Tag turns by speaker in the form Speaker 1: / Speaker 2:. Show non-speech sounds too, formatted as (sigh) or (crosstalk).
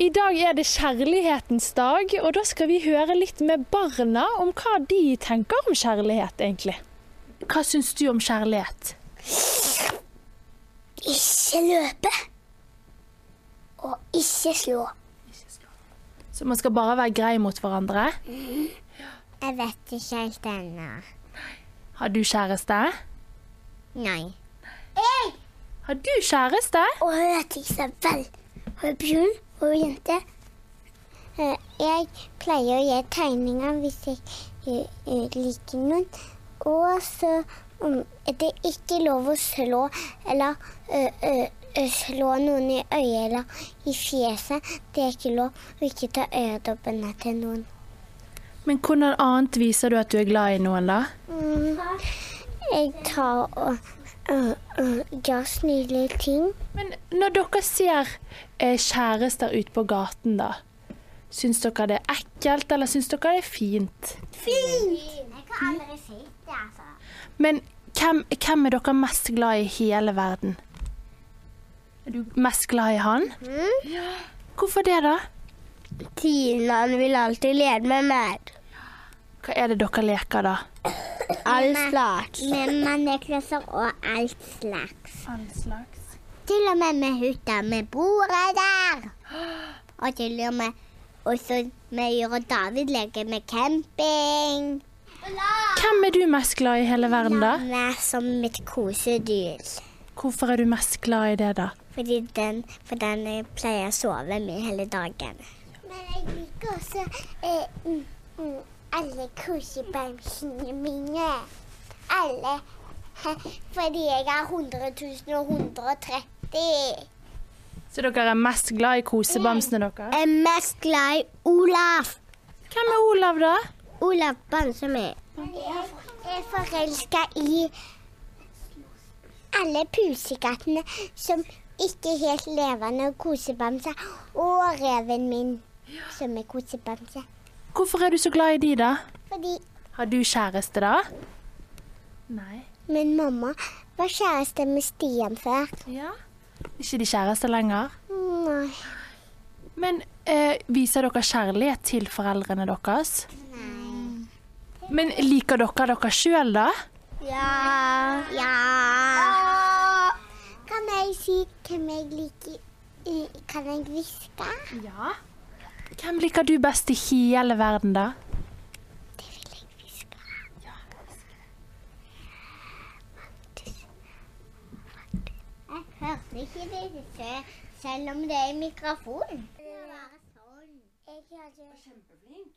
Speaker 1: I dag er det kjærlighetens dag, og da skal vi høre litt med barna om hva de tenker om kjærlighet, egentlig. Hva syns du om kjærlighet?
Speaker 2: Ikke løpe. Og ikke slå.
Speaker 1: Så man skal bare være grei mot hverandre.
Speaker 2: Jeg vet ikke helt ennå.
Speaker 1: Har du kjæreste?
Speaker 2: Nei.
Speaker 1: Har du kjæreste?
Speaker 2: Og hun heter Isabel. Hun er brun og hun er jente. Eh, Jeg pleier å gjøre tegninger hvis jeg eh, eh, liker noen. Og så mm, det er ikke lov å slå eller eh, eh, eh, slå noen i øyet eller i fjeset. Det er ikke lov å ikke ta øredobbene til noen.
Speaker 1: Men hvordan annet viser du at du er glad i noen, da?
Speaker 2: Jeg tar og uh, uh, gjør snille ting.
Speaker 1: Men når dere ser eh, kjærester ute på gaten, da, syns dere det er ekkelt, eller syns dere det er fint?
Speaker 2: Fint! Jeg kan aldri si det, altså.
Speaker 1: Men hvem, hvem er dere mest glad i i hele verden? Er du mest glad i han? Ja. Hvorfor det, da?
Speaker 2: Tina vil alltid lede meg mer.
Speaker 1: Hva er det dere leker, da?
Speaker 2: All slags. Med manneklesser og alt slags.
Speaker 1: All slags.
Speaker 2: Til og med med huta med bordet der. Og til og med også med Jør og David leker med camping.
Speaker 1: Hvem er du mest glad i i hele verden, da?
Speaker 2: Den er som et kosedyr.
Speaker 1: Hvorfor er du mest glad i det, da?
Speaker 2: Fordi den, for den eh, pleier jeg å sove med hele dagen. Men jeg liker også eh, mm, alle kosebamsene mine. Alle. (laughs) Fordi jeg har 100 000 og 130.
Speaker 1: Så dere er mest glad i kosebamsene deres?
Speaker 2: Jeg er mest glad i Olaf.
Speaker 1: Hvem er Olav, da?
Speaker 2: Olaf bamser meg. Jeg er forelska i alle pusekattene som ikke er helt levende og kosebamse, og reven min som er kosebamse.
Speaker 1: Hvorfor er du så glad i de, da?
Speaker 2: Fordi
Speaker 1: Har du kjæreste, da? Nei.
Speaker 2: min mamma var kjæreste med Stian før.
Speaker 1: Ja. Ikke de kjæreste lenger?
Speaker 2: Nei.
Speaker 1: Men eh, viser dere kjærlighet til foreldrene deres? Nei. Men liker dere dere sjøl, da?
Speaker 2: Ja. Ja. Kan jeg si hvem jeg liker? Eh, Kan jeg hviske?
Speaker 1: Ja. Hvem liker du best i hele verden, da?
Speaker 2: Det vil jeg hviske. Jeg hørte ikke det før, selv om det er i mikrofonen. Jeg er kjempeflink.